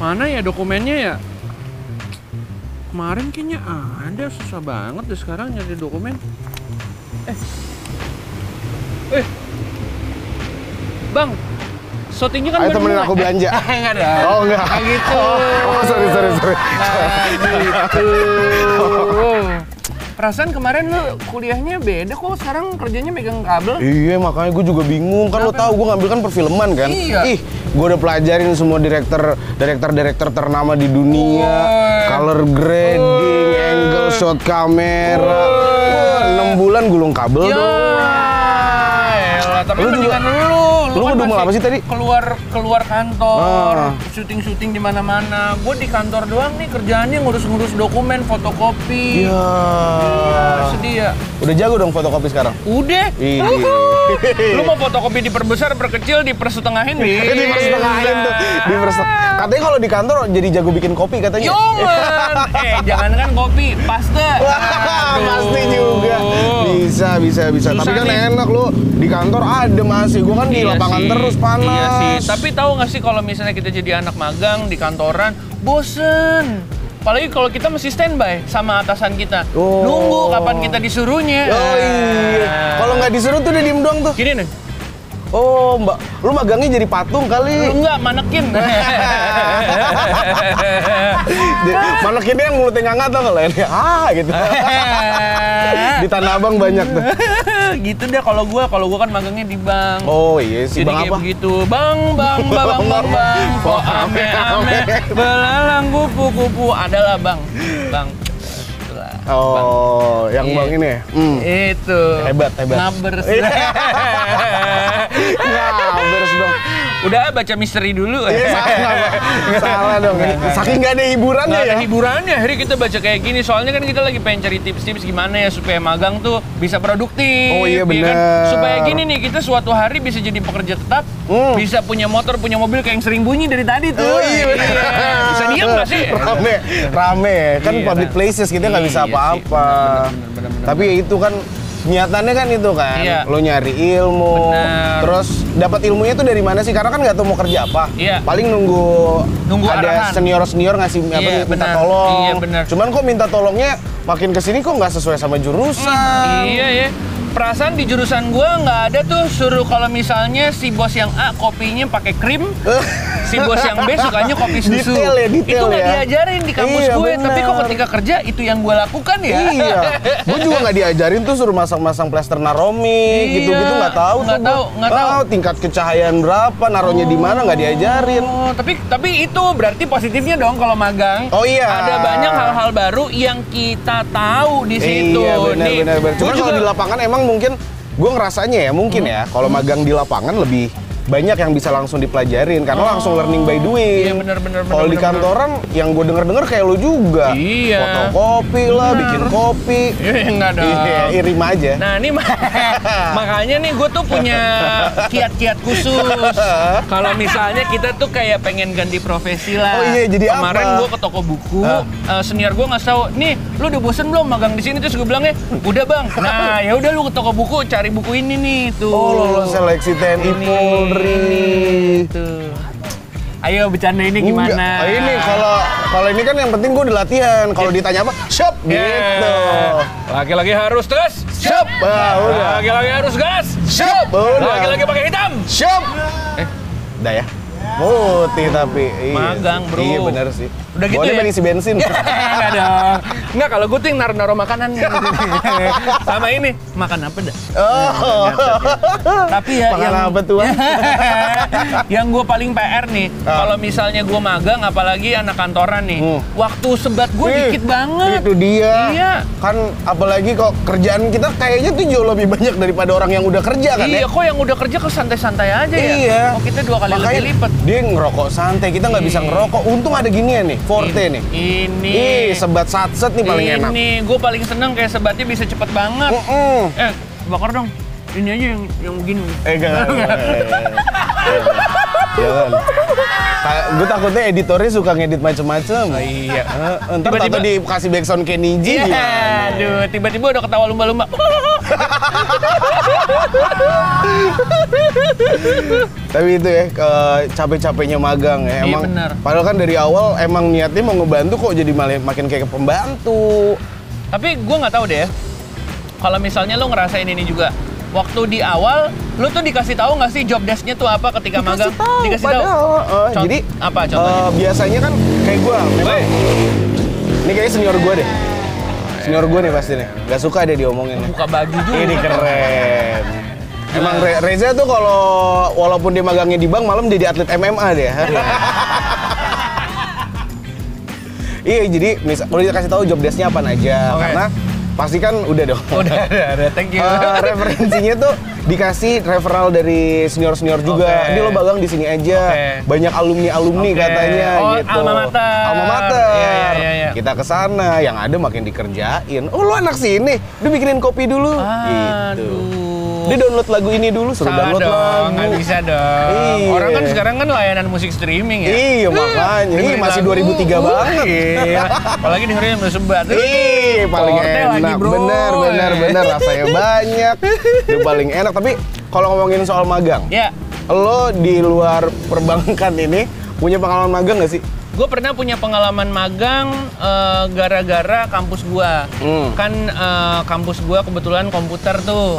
Mana ya dokumennya ya? Kemarin kayaknya ada, susah banget deh sekarang nyari dokumen. Eh. Eh. Bang, syutingnya kan Ayo berdua. temenin aku belanja. Enggak ada. Oh enggak. Nah, gitu. Oh, sorry, sorry, sorry. Nah, gitu. Perasaan kemarin lu kuliahnya beda kok sekarang kerjanya megang kabel. Iya makanya gue juga bingung kan lo tahu gue ngambil kan perfilman kan. Iya. Ih, gue udah pelajarin semua direktur direktur direktur ternama di dunia, Woi. color grading, angle shot kamera. Woi. Wah, 6 bulan gulung kabel Ya, tuh. elah, tapi Lu juga- mendingan lu. lu kan ngedumel masih apa sih tadi? Keluar keluar Ah. kantor, syuting-syuting di mana-mana. Gue di kantor doang nih kerjaannya ngurus-ngurus dokumen, fotokopi. Iya. Sedih ya. Udah jago dong fotokopi sekarang. Udah. Ih. Uhuh. Lu mau fotokopi diperbesar, perkecil, dipersetengahin bisa. Di persetengahin Iya, tuh. Di perse- Katanya kalau di kantor jadi jago bikin kopi katanya. Yungan. Eh, jangan kan kopi, paste. Wah, Aduh. pasti juga. Iya. Bisa, bisa, bisa. Susah Tapi kan nih. enak lo di kantor adem sih. Gua kan di Iya lapangan sih. terus panas. Iya sih. Tapi tahu nggak sih kalau misalnya kita jadi anak magang di kantoran, bosen. Apalagi kalau kita mesti standby sama atasan kita. Oh. Nunggu kapan kita disuruhnya. Nah. Oh iya. Kalau nggak disuruh tuh udah diem doang tuh. Gini nih, Oh, Mbak, lu magangnya jadi patung kali. enggak manekin. Jadi, Manekinnya yang mulutnya nggak tau kalau ini. Ah, gitu. di Tanah Abang banyak tuh. gitu deh kalau gua, kalau gua kan magangnya di bank. Oh iya sih, Jadi Bang kayak apa? Oh, begitu, bang, bang, bang, bang, bang, bang, po ame, ame, belalang kupu, kupu, adalah bang, bang, itulah. Oh, yang Iya. Bang ini ya? Hmm. Itu. Hebat, hebat. Nabers. Iya. Nah, beres dong. Udah baca misteri dulu. ya. Iya, salah, Bang. Salah dong. Saking nggak ada hiburannya Nggak ya. ada hiburannya, hari kita baca kayak gini. Soalnya kan kita lagi pengen cari tips-tips gimana ya supaya magang tuh bisa produktif. Oh ya iya, kan? bener. Supaya gini nih, kita suatu hari bisa jadi pekerja tetap, Hmm. bisa punya motor, punya mobil kayak yang sering bunyi dari tadi tuh. Oh iya bener. Bisa diam nggak sih? Rame, rame. Kan Iya, public rame. places kita nggak bisa Iya sih, apa-apa. bener, bener, bener, Tapi ya itu kan niatannya kan itu kan. Iya. Lo nyari ilmu, Bener. terus dapat ilmunya itu dari mana sih? Karena kan nggak tahu mau kerja apa. Iya. Paling nunggu, Nunggu ada arahan. senior-senior ngasih apa, Iya, minta bener. tolong. Iya, bener. Cuman kok minta tolongnya makin kesini kok nggak sesuai sama jurusan. Iya ya. Perasaan di jurusan gua nggak ada tuh suruh kalau misalnya si bos yang A kopinya pakai krim, si bos yang B sukanya kopi susu. Detail ya, detail itu nggak ya. diajarin di kampus Iya, gue, tapi kok benar. ketika kerja itu yang gue lakukan ya. iya, gue juga nggak diajarin tuh suruh masang-masang plester naromi, Iya, gitu-gitu nggak tahu. tuh nggak gua. tahu, nggak Ah, tahu. tingkat kecahayaan berapa, naruhnya di mana nggak diajarin. Oh, tapi tapi itu berarti positifnya dong kalau magang. Oh iya. Ada banyak hal-hal baru yang kita tahu di situ. Iya benar Nih, benar. benar. gua Cuman kalau juga- Hmm. di lapangan emang mungkin gue ngerasanya ya mungkin ya kalau magang di lapangan lebih banyak yang bisa langsung dipelajarin karena langsung learning by Oh. doing. Iya, benar, benar, benar, Kalau di benar, kantoran yang gue denger-denger kayak lu juga. Iya. Fotokopi lah, Benar. bikin kopi. Iya, nggak dong. Iya, irim aja. Nah ini ma- makanya nih gue tuh punya kiat-kiat khusus. Kalau misalnya kita tuh kayak pengen ganti profesi lah. Oh iya, jadi apa? Ah. Kemarin gue ke toko buku, Hah? eh, senior gue ngasih tahu, nih lu udah bosen belum magang di sini? Terus gue bilang ya, udah bang. Nah ya udah lu ke toko buku cari buku ini nih tuh. Oh, lolos seleksi TNI Ini, Polri. ini, tuh. Ayo bercanda ini gimana? Enggak. Oh, ini kalau kalau ini kan yang penting gue di latihan. Kalau Iya. ditanya apa, siap gitu. Laki-laki harus terus. Siap. Ah, udah. Laki-laki harus gas. Siap. Udah. Laki-laki pakai hitam. Siap. Eh, udah ya. Putih tapi. Iya Magang, sih. bro. Iya benar sih. Udah gitu Boleh ya? pengen isi bensin. Enggak dong. Enggak, kalau gue tuh yang naruh-naruh makanan. Sama ini, makan apa dah? oh. Tapi ya Makan yang... apa tuh? yang gue paling PR nih, kalau misalnya gue magang, apalagi anak kantoran nih, Ah. Hmm. waktu sebat gue Ih, dikit banget. Itu dia. Iya. Kan apalagi kok kerjaan kita kayaknya tuh jauh lebih banyak daripada orang yang udah kerja kan Iya, ya. kok yang udah kerja ke santai-santai aja ya? Iya. Oh, kita dua kali Makanya lebih lipat. dia ngerokok santai, kita nggak bisa Iya. ngerokok. Untung ada ginian nih, Forte nih. Ini. Ih, sebat satset nih paling enak. Oh. Ini, gue paling seneng kayak sebatnya bisa cepet banget. Mm-mm. Eh, bakar dong. ini aja yang yang begini. Eh enggak. enggak, enggak, enggak, enggak. Jangan. Kayak gue takutnya editornya suka ngedit macem-macem. Oh, iya. Eh, Ntar Tiba-tiba- tiba dikasih backsound Kenny G Iya, gimana? aduh, tiba-tiba udah ketawa lumba-lumba. Tapi itu ya, ke capek-capeknya magang ya. Iya, Emang, benar. Padahal kan dari awal emang niatnya mau ngebantu kok jadi malah makin kayak pembantu. Tapi gue nggak tahu deh. ya, Kalau misalnya lo ngerasain ini juga, waktu di awal lo tuh dikasih tahu nggak sih job desk-nya tuh apa ketika magang? tahu, padahal, eh, Cont- jadi apa contohnya? eh, biasanya kan kayak gue, memang Woi. ini kayaknya senior gue deh. Senior gue nih pasti nih, gak suka deh diomongin. nih. buka baju juga. Ini keren. Emang Re- Reza tuh kalau walaupun dia magangnya di bank malam jadi atlet MMA dia. iya jadi misal boleh dikasih tahu job desk-nya apa aja Oke. karena pasti kan udah dong. Udah, udah, udah, thank you. Eh, referensinya tuh dikasih referral dari senior senior Oke. juga. Ini lo magang di sini aja. Oke. Banyak alumni alumni Oke. katanya Oh, gitu. alma mater. Alma mater. Iya, iya, iya, iya. Kita ke sana, yang ada makin dikerjain. Oh lo anak sini, udah bikinin kopi dulu. Gitu. Aduh. Dia download lagu ini dulu, suruh Salah download dong, lagu. nggak bisa ya. dong. Iya. Orang kan sekarang kan layanan musik streaming ya. Iya, makanya. dengerin Ih, masih lagu. 2003 banget. Iya. Iya. Apalagi dengerin yang sebat. Ih, paling Korte enak. lagi, bro. Bener, bener, bener. Rasanya banyak. Itu paling enak. Tapi kalau ngomongin soal magang, Ya, lo di luar perbankan ini punya pengalaman magang nggak sih? gue pernah punya pengalaman magang eh, gara-gara kampus gue. Hmm. Kan eh, kampus gue kebetulan komputer tuh.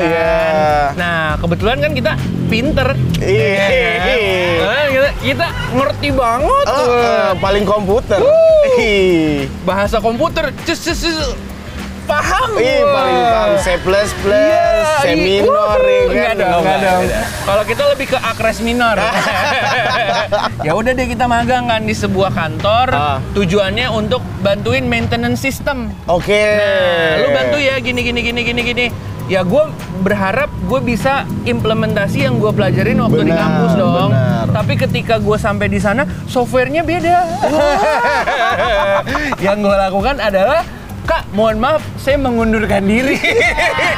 iya iya. Nah, kebetulan kan kita pinter. Iya. ya kan? Nah, kita, kita ngerti banget. Eh, tuh. eh, paling komputer. Ih, bahasa komputer ces ces ces paham ih, gua. paling paham. C++, Iya, iya. C minor, ya Wuhu. Nggak kan? dong, Oh, nggak nggak dong. ada. Kalau kita lebih ke akres minor. ya udah deh kita magang kan di sebuah kantor. Ah. Tujuannya untuk bantuin maintenance system. Oke. Nah, Eh. lu bantu ya gini gini gini gini gini. Ya gue berharap gue bisa implementasi yang gue pelajarin waktu di Benar, kampus dong. benar. Tapi ketika gue sampai di sana, softwarenya beda. yang gue lakukan adalah Kak, mohon maaf, saya mengundurkan diri.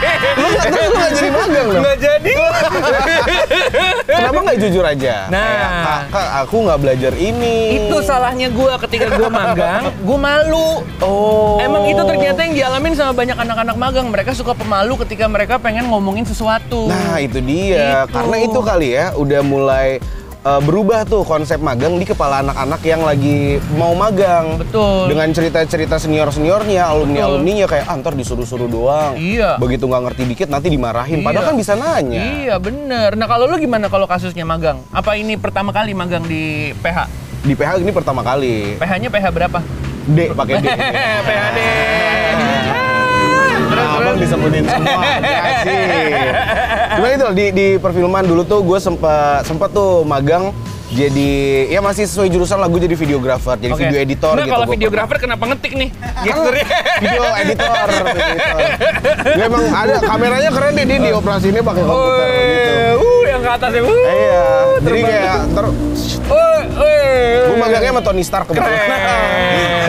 Terus lu nggak jadi magang dong? Nggak jadi. Kenapa nggak jujur aja? Nah. Kayak, kakak, aku nggak belajar ini. Itu salahnya gue ketika gue magang, gue malu. Oh. Emang itu ternyata yang dialamin sama banyak anak-anak magang. Mereka suka pemalu ketika mereka pengen ngomongin sesuatu. Nah itu dia, Itu. karena itu kali ya udah mulai uh, berubah tuh konsep magang di kepala anak-anak yang lagi mau magang. Betul. Dengan cerita-cerita senior-seniornya, alumni-alumninya kayak ah, ntar disuruh-suruh doang. Iya. Begitu nggak ngerti dikit nanti dimarahin. Padahal Iya. kan bisa nanya. Iya bener. Nah kalau lu gimana kalau kasusnya magang? Apa ini pertama kali magang di PH? Di PH ini pertama kali. PH-nya PH berapa? D pakai D. PHD. Nah, abang disebutin semua, kasih. Cuma itu di, di perfilman dulu tuh gue sempat sempat tuh magang jadi ya masih sesuai jurusan lah gue jadi videographer, jadi video editor nah, gitu. kalau gua videografer kenapa ngetik nih? pernah. Kan video editor, video editor. Dia emang ada kameranya keren deh dia di operasinnya pakai komputer gitu. Wih, uh, yang ke atas ya. Uh, Iya, jadi kayak ter uh, Eh. uh. gue magangnya sama Tony Stark kebetulan.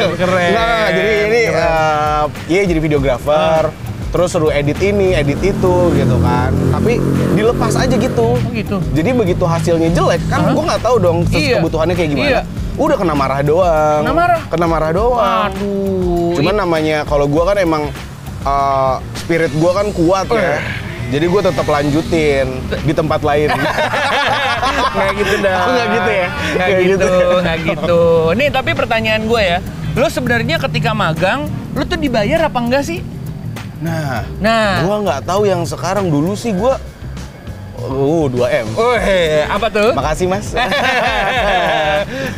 Keren, keren. Nah, jadi ini eh, iya jadi videographer, terus suruh edit ini, edit itu gitu kan. Tapi dilepas aja gitu. Oh, gitu. Jadi begitu hasilnya jelek, kan Hah? gue nggak tahu dong terus Iya. kebutuhannya kayak gimana. Iya. Udah kena marah doang. Kena marah? Kena marah doang. Aduh. Cuman namanya kalau gue kan emang eh, spirit gue kan kuat Eh. ya. Jadi gue tetap lanjutin di tempat lain. Nggak gitu dah. Oh, nggak gitu ya? Nggak Nggak gitu, gitu. nggak gitu. Nih tapi pertanyaan gue ya, lo sebenarnya ketika magang, lo tuh dibayar apa enggak sih? nah, Nah, gua nggak tahu yang sekarang dulu sih gua oh 2 m Wih, apa tuh? makasih mas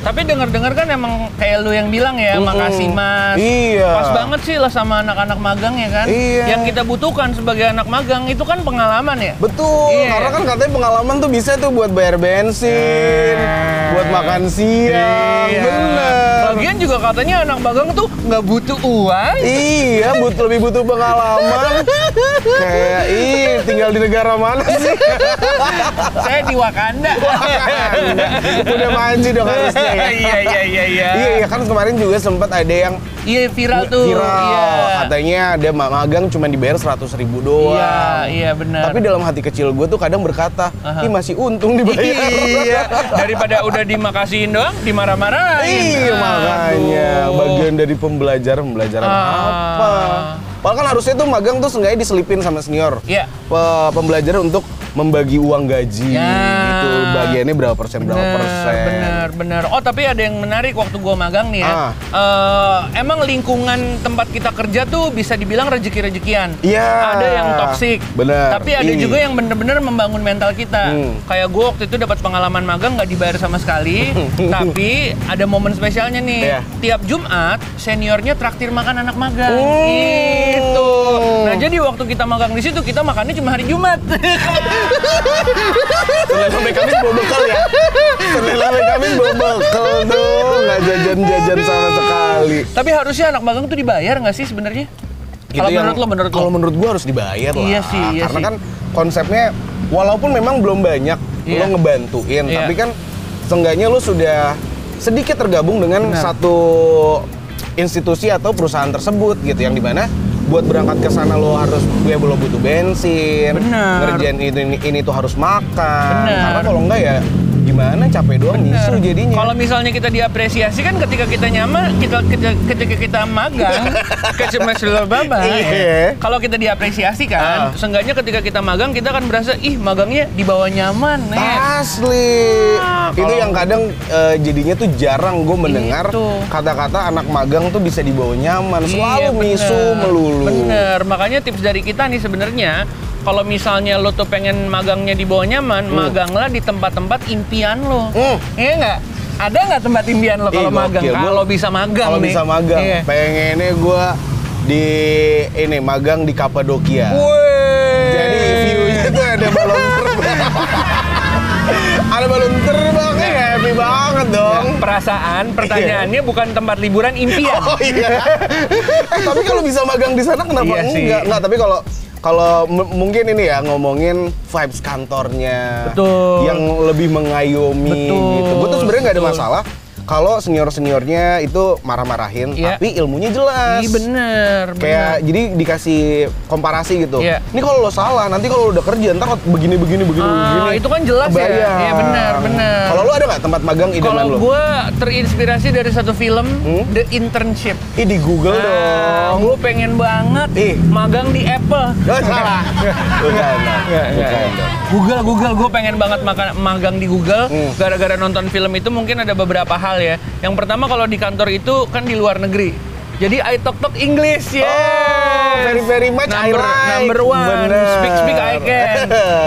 Tapi dengar-dengar kan emang kayak lu yang bilang ya, Mm-mm. makasih mas. Iya. Pas banget sih lah sama anak-anak magang ya kan. Iya. Yang kita butuhkan sebagai anak magang itu kan pengalaman ya. betul Iya. karena kan katanya pengalaman tuh bisa tuh buat bayar bensin Iya. buat makan siang bener Lagian Iya. juga katanya anak magang tuh nggak butuh uang. Iya, but, lebih butuh pengalaman. Kayak, ih, tinggal di negara mana sih? Saya di Wakanda. Udah maju dong harusnya ya. Iya iya iya iya. Iya, iya kan kemarin juga sempat ada yang Iya viral tuh. viral. Iya. Katanya ada ma- magang cuma dibayar 100 ribu doang. Iya iya benar. Tapi dalam hati kecil gue tuh kadang berkata, ih masih untung dibayar. iya. Daripada udah dimakasihin doang, dimarah-marahin. Iya makanya Aduh. bagian dari pembelajaran pembelajaran Ah. apa? Padahal kan harusnya tuh magang tuh seenggaknya diselipin sama senior. Iya. Pe- pembelajaran untuk membagi uang gaji Ya. gitu bagiannya berapa persen berapa persen. bener, bener. Oh tapi ada yang menarik waktu gua magang nih ya. Ah. Eh, emang lingkungan tempat kita kerja tuh bisa dibilang rezeki-rezekian. Iya. Ada yang toksik. Bener. Tapi ada Ih. juga yang bener-bener membangun mental kita. Hmm. Kayak gua waktu itu dapat pengalaman magang nggak dibayar sama sekali. tapi ada momen spesialnya nih. Iya. Tiap Jumat seniornya traktir makan anak magang. Hmm. Gitu. Nah jadi waktu kita magang di situ kita makannya cuma hari Jumat. Setelah sampai kami bawa bekal ya. Setelah sampai kami bawa bekal tuh nggak jajan-jajan sama sekali. Tapi harusnya anak magang tuh dibayar nggak sih sebenarnya? Kalau Itu Gitu yang- menurut lo, menurut lo? ya, kalau menurut gua harus dibayar lah. Iya sih, iya Karena sih. kan konsepnya walaupun memang belum banyak Iya. lo ngebantuin, Iya. tapi kan seenggaknya lo sudah sedikit tergabung dengan Benar. satu institusi atau perusahaan tersebut gitu yang dimana buat berangkat ke sana lo harus gue belum butuh bensin, Benar. ngerjain ini, ini ini tuh harus makan. Benar. Karena kalau enggak ya gimana capek doang nyusul jadinya. Kalau misalnya kita diapresiasi kan ketika kita nyaman, kita ketika, ketika kita magang, ke semesterlo baba. Iya. Kalau kita diapresiasi kan, Ah. seenggaknya ketika kita magang kita akan berasa ih magangnya di bawah nyaman, nih. Ah, Asli. Ah, itu kalau- Iya, yang kadang eh, jadinya tuh jarang gue mendengar Itu. kata-kata anak magang tuh bisa dibawa nyaman. Selalu Iya, bener. misu melulu. Bener, makanya tips dari kita nih sebenarnya kalau misalnya lo tuh pengen magangnya di bawah nyaman, maganglah di tempat-tempat impian lo. Hmm. Iya nggak? Ada nggak tempat impian lo Ih, kalau magang? gokil. Gua- Kalau bisa magang Kalau nih. bisa magang, Iya. pengennya gue di ini magang di Kapadokia. Wih. Jadi view-nya tuh ada balon terbang. ada balon terbang ya happy banget dong. Iya. perasaan pertanyaannya bukan tempat liburan impian. Iya. Oh iya. Eh, tapi kalau bisa magang di sana kenapa Iya sih. enggak? Enggak, tapi kalau kalau m- mungkin ini ya ngomongin vibes kantornya. Betul. Yang lebih mengayomi Betul, gitu. Gue tuh sebenarnya nggak ada betul. masalah kalau senior-seniornya itu marah-marahin Iya. tapi ilmunya jelas. Iya bener, Kayak bener. jadi dikasih komparasi gitu. Iya. Ini kalau lo salah, nanti kalau lo udah kerja ntar begini begini begini Ah, begini. itu kan jelas ya. Kebayang. Iya, benar, benar. Kalau lo ada nggak tempat magang idaman Kalau lo? gue terinspirasi dari satu film Hmm? The Internship. Ih di Google Ah, dong. gue pengen banget Ih. magang di Apple. Ya, Oh, salah. Bukan. Bukan. Google, Google, gue pengen banget makan magang di Google. Hmm. Gara-gara nonton film itu mungkin ada beberapa hal ya. Yang pertama kalau di kantor itu kan di luar negeri. Jadi I talk talk English ya. Oh, very, very much I number, like. Number one, Bener. speak speak I can.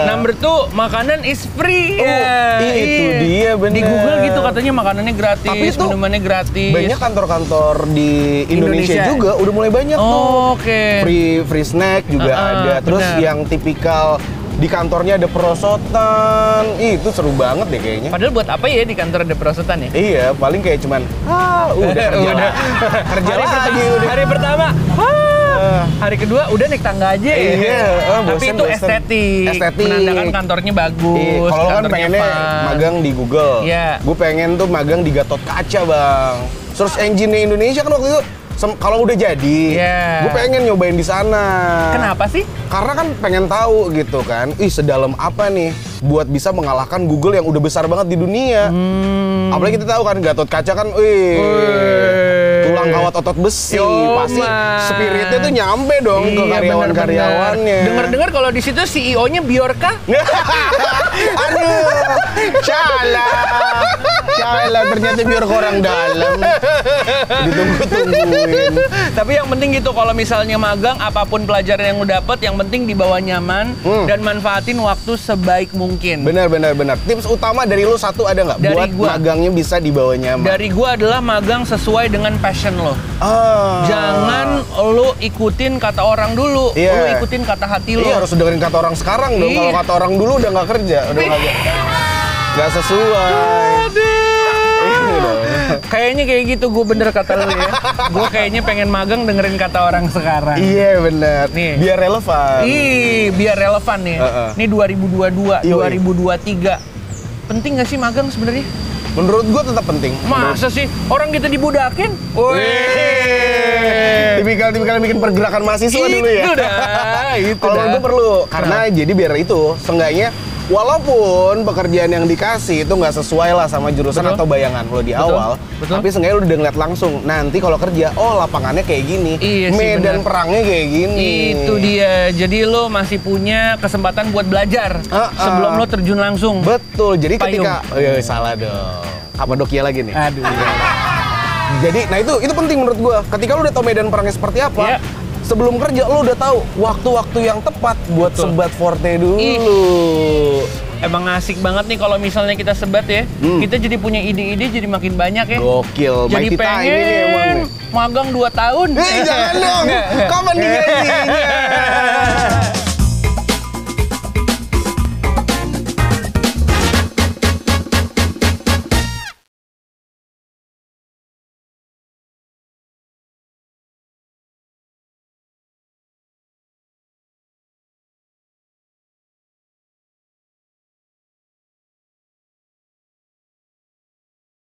number two, makanan is free. Ya. Iya. Oh, itu dia, bener. Di Google gitu katanya makanannya gratis, Tapi itu minumannya gratis. Banyak kantor-kantor di Indonesia, Indonesia. juga udah mulai banyak tuh. Oh, Oke. Free free snack juga Ah, ah, ada. Terus benar. yang tipikal di kantornya ada perosotan. Ih, itu seru banget deh kayaknya. Padahal buat apa ya di kantor ada perosotan ya? Iya, paling kayak cuman ah, udah kerja Udah. lah. kerja hari lagi pertama, udah. Eh. hari pertama "Wah." hari kedua udah naik tangga aja ya. Iya, eh, tapi bosen, itu bosen. estetik, Estetik. menandakan kantornya bagus Iya, Kalau lo kan kantornya pengennya fun. magang di Google. Iya. Gue pengen tuh magang di Gatot Kaca, Bang. Search engine Indonesia kan waktu itu sem- kalau udah jadi, Iya. gue pengen nyobain di sana. kenapa sih Karena kan pengen tahu gitu kan, ih sedalam apa nih buat bisa mengalahkan Google yang udah besar banget di dunia. Hmm. Apalagi kita tahu kan Gatot Kaca kan, wih, tulang kawat otot besi, Yo, pasti man. spiritnya tuh nyampe dong ke Iya, karyawan-karyawannya. benar-benar. dengar-dengar kalau di situ E CEO-nya Biorka Aduh, cala, cala ternyata biar orang dalam. Ditunggu-tungguin. tapi yang penting gitu kalau misalnya magang apapun pelajaran yang lu dapet yang penting dibawa nyaman Hmm. dan manfaatin waktu sebaik mungkin Benar, benar, benar. Tips utama dari lu satu ada nggak? Dari Buat gua. magangnya bisa dibawa nyaman. dari gua adalah magang sesuai dengan passion lo Ah. Jangan lu ikutin kata orang dulu, Iya. lu ikutin kata hati lu. Iya harus dengerin kata orang sekarang dong. Iya. Kalau kata orang dulu udah nggak kerja, udah nggak nggak sesuai. Ini dong. Kayaknya kayak gitu gue bener kata lu ya. Gue kayaknya pengen magang dengerin kata orang sekarang. Iya bener. Nih. Biar relevan. Ih, biar relevan nih. Heeh. Ini 2022, Yoi. 2023. Penting gak sih magang sebenarnya? Menurut gua tetap penting. Masa sih orang kita dibudakin? Wih. Tipikal-tipikal yang bikin pergerakan mahasiswa Itu dulu ya. dah, itu Kalau dah. itu perlu karena jadi biar itu seenggaknya walaupun pekerjaan yang dikasih itu nggak sesuai lah sama jurusan Betul. atau bayangan lo di awal, betul. tapi seenggaknya lo udah ngeliat langsung. Nanti kalau kerja, oh lapangannya kayak gini, Iya sih, benar. medan perangnya kayak gini. Itu dia. Jadi lo masih punya kesempatan buat belajar Heeh. sebelum lo terjun langsung. Betul. Jadi Payung. ketika oh, iya, salah dong. Kapadokia lagi nih. Aduh. Jadi, nah itu itu penting menurut gua. Ketika lu udah tahu medan perangnya seperti Iya. apa, sebelum kerja lu udah tahu waktu-waktu yang tepat buat Betul. sebat forte dulu. Ih. Emang asik banget nih kalau misalnya kita sebat ya. Hmm. Kita jadi punya ide-ide jadi makin banyak ya. Gokil, Jadi mighty time ini emang pengen nih. magang 2 tahun. Eh, jangan dong. Kapan digajinya?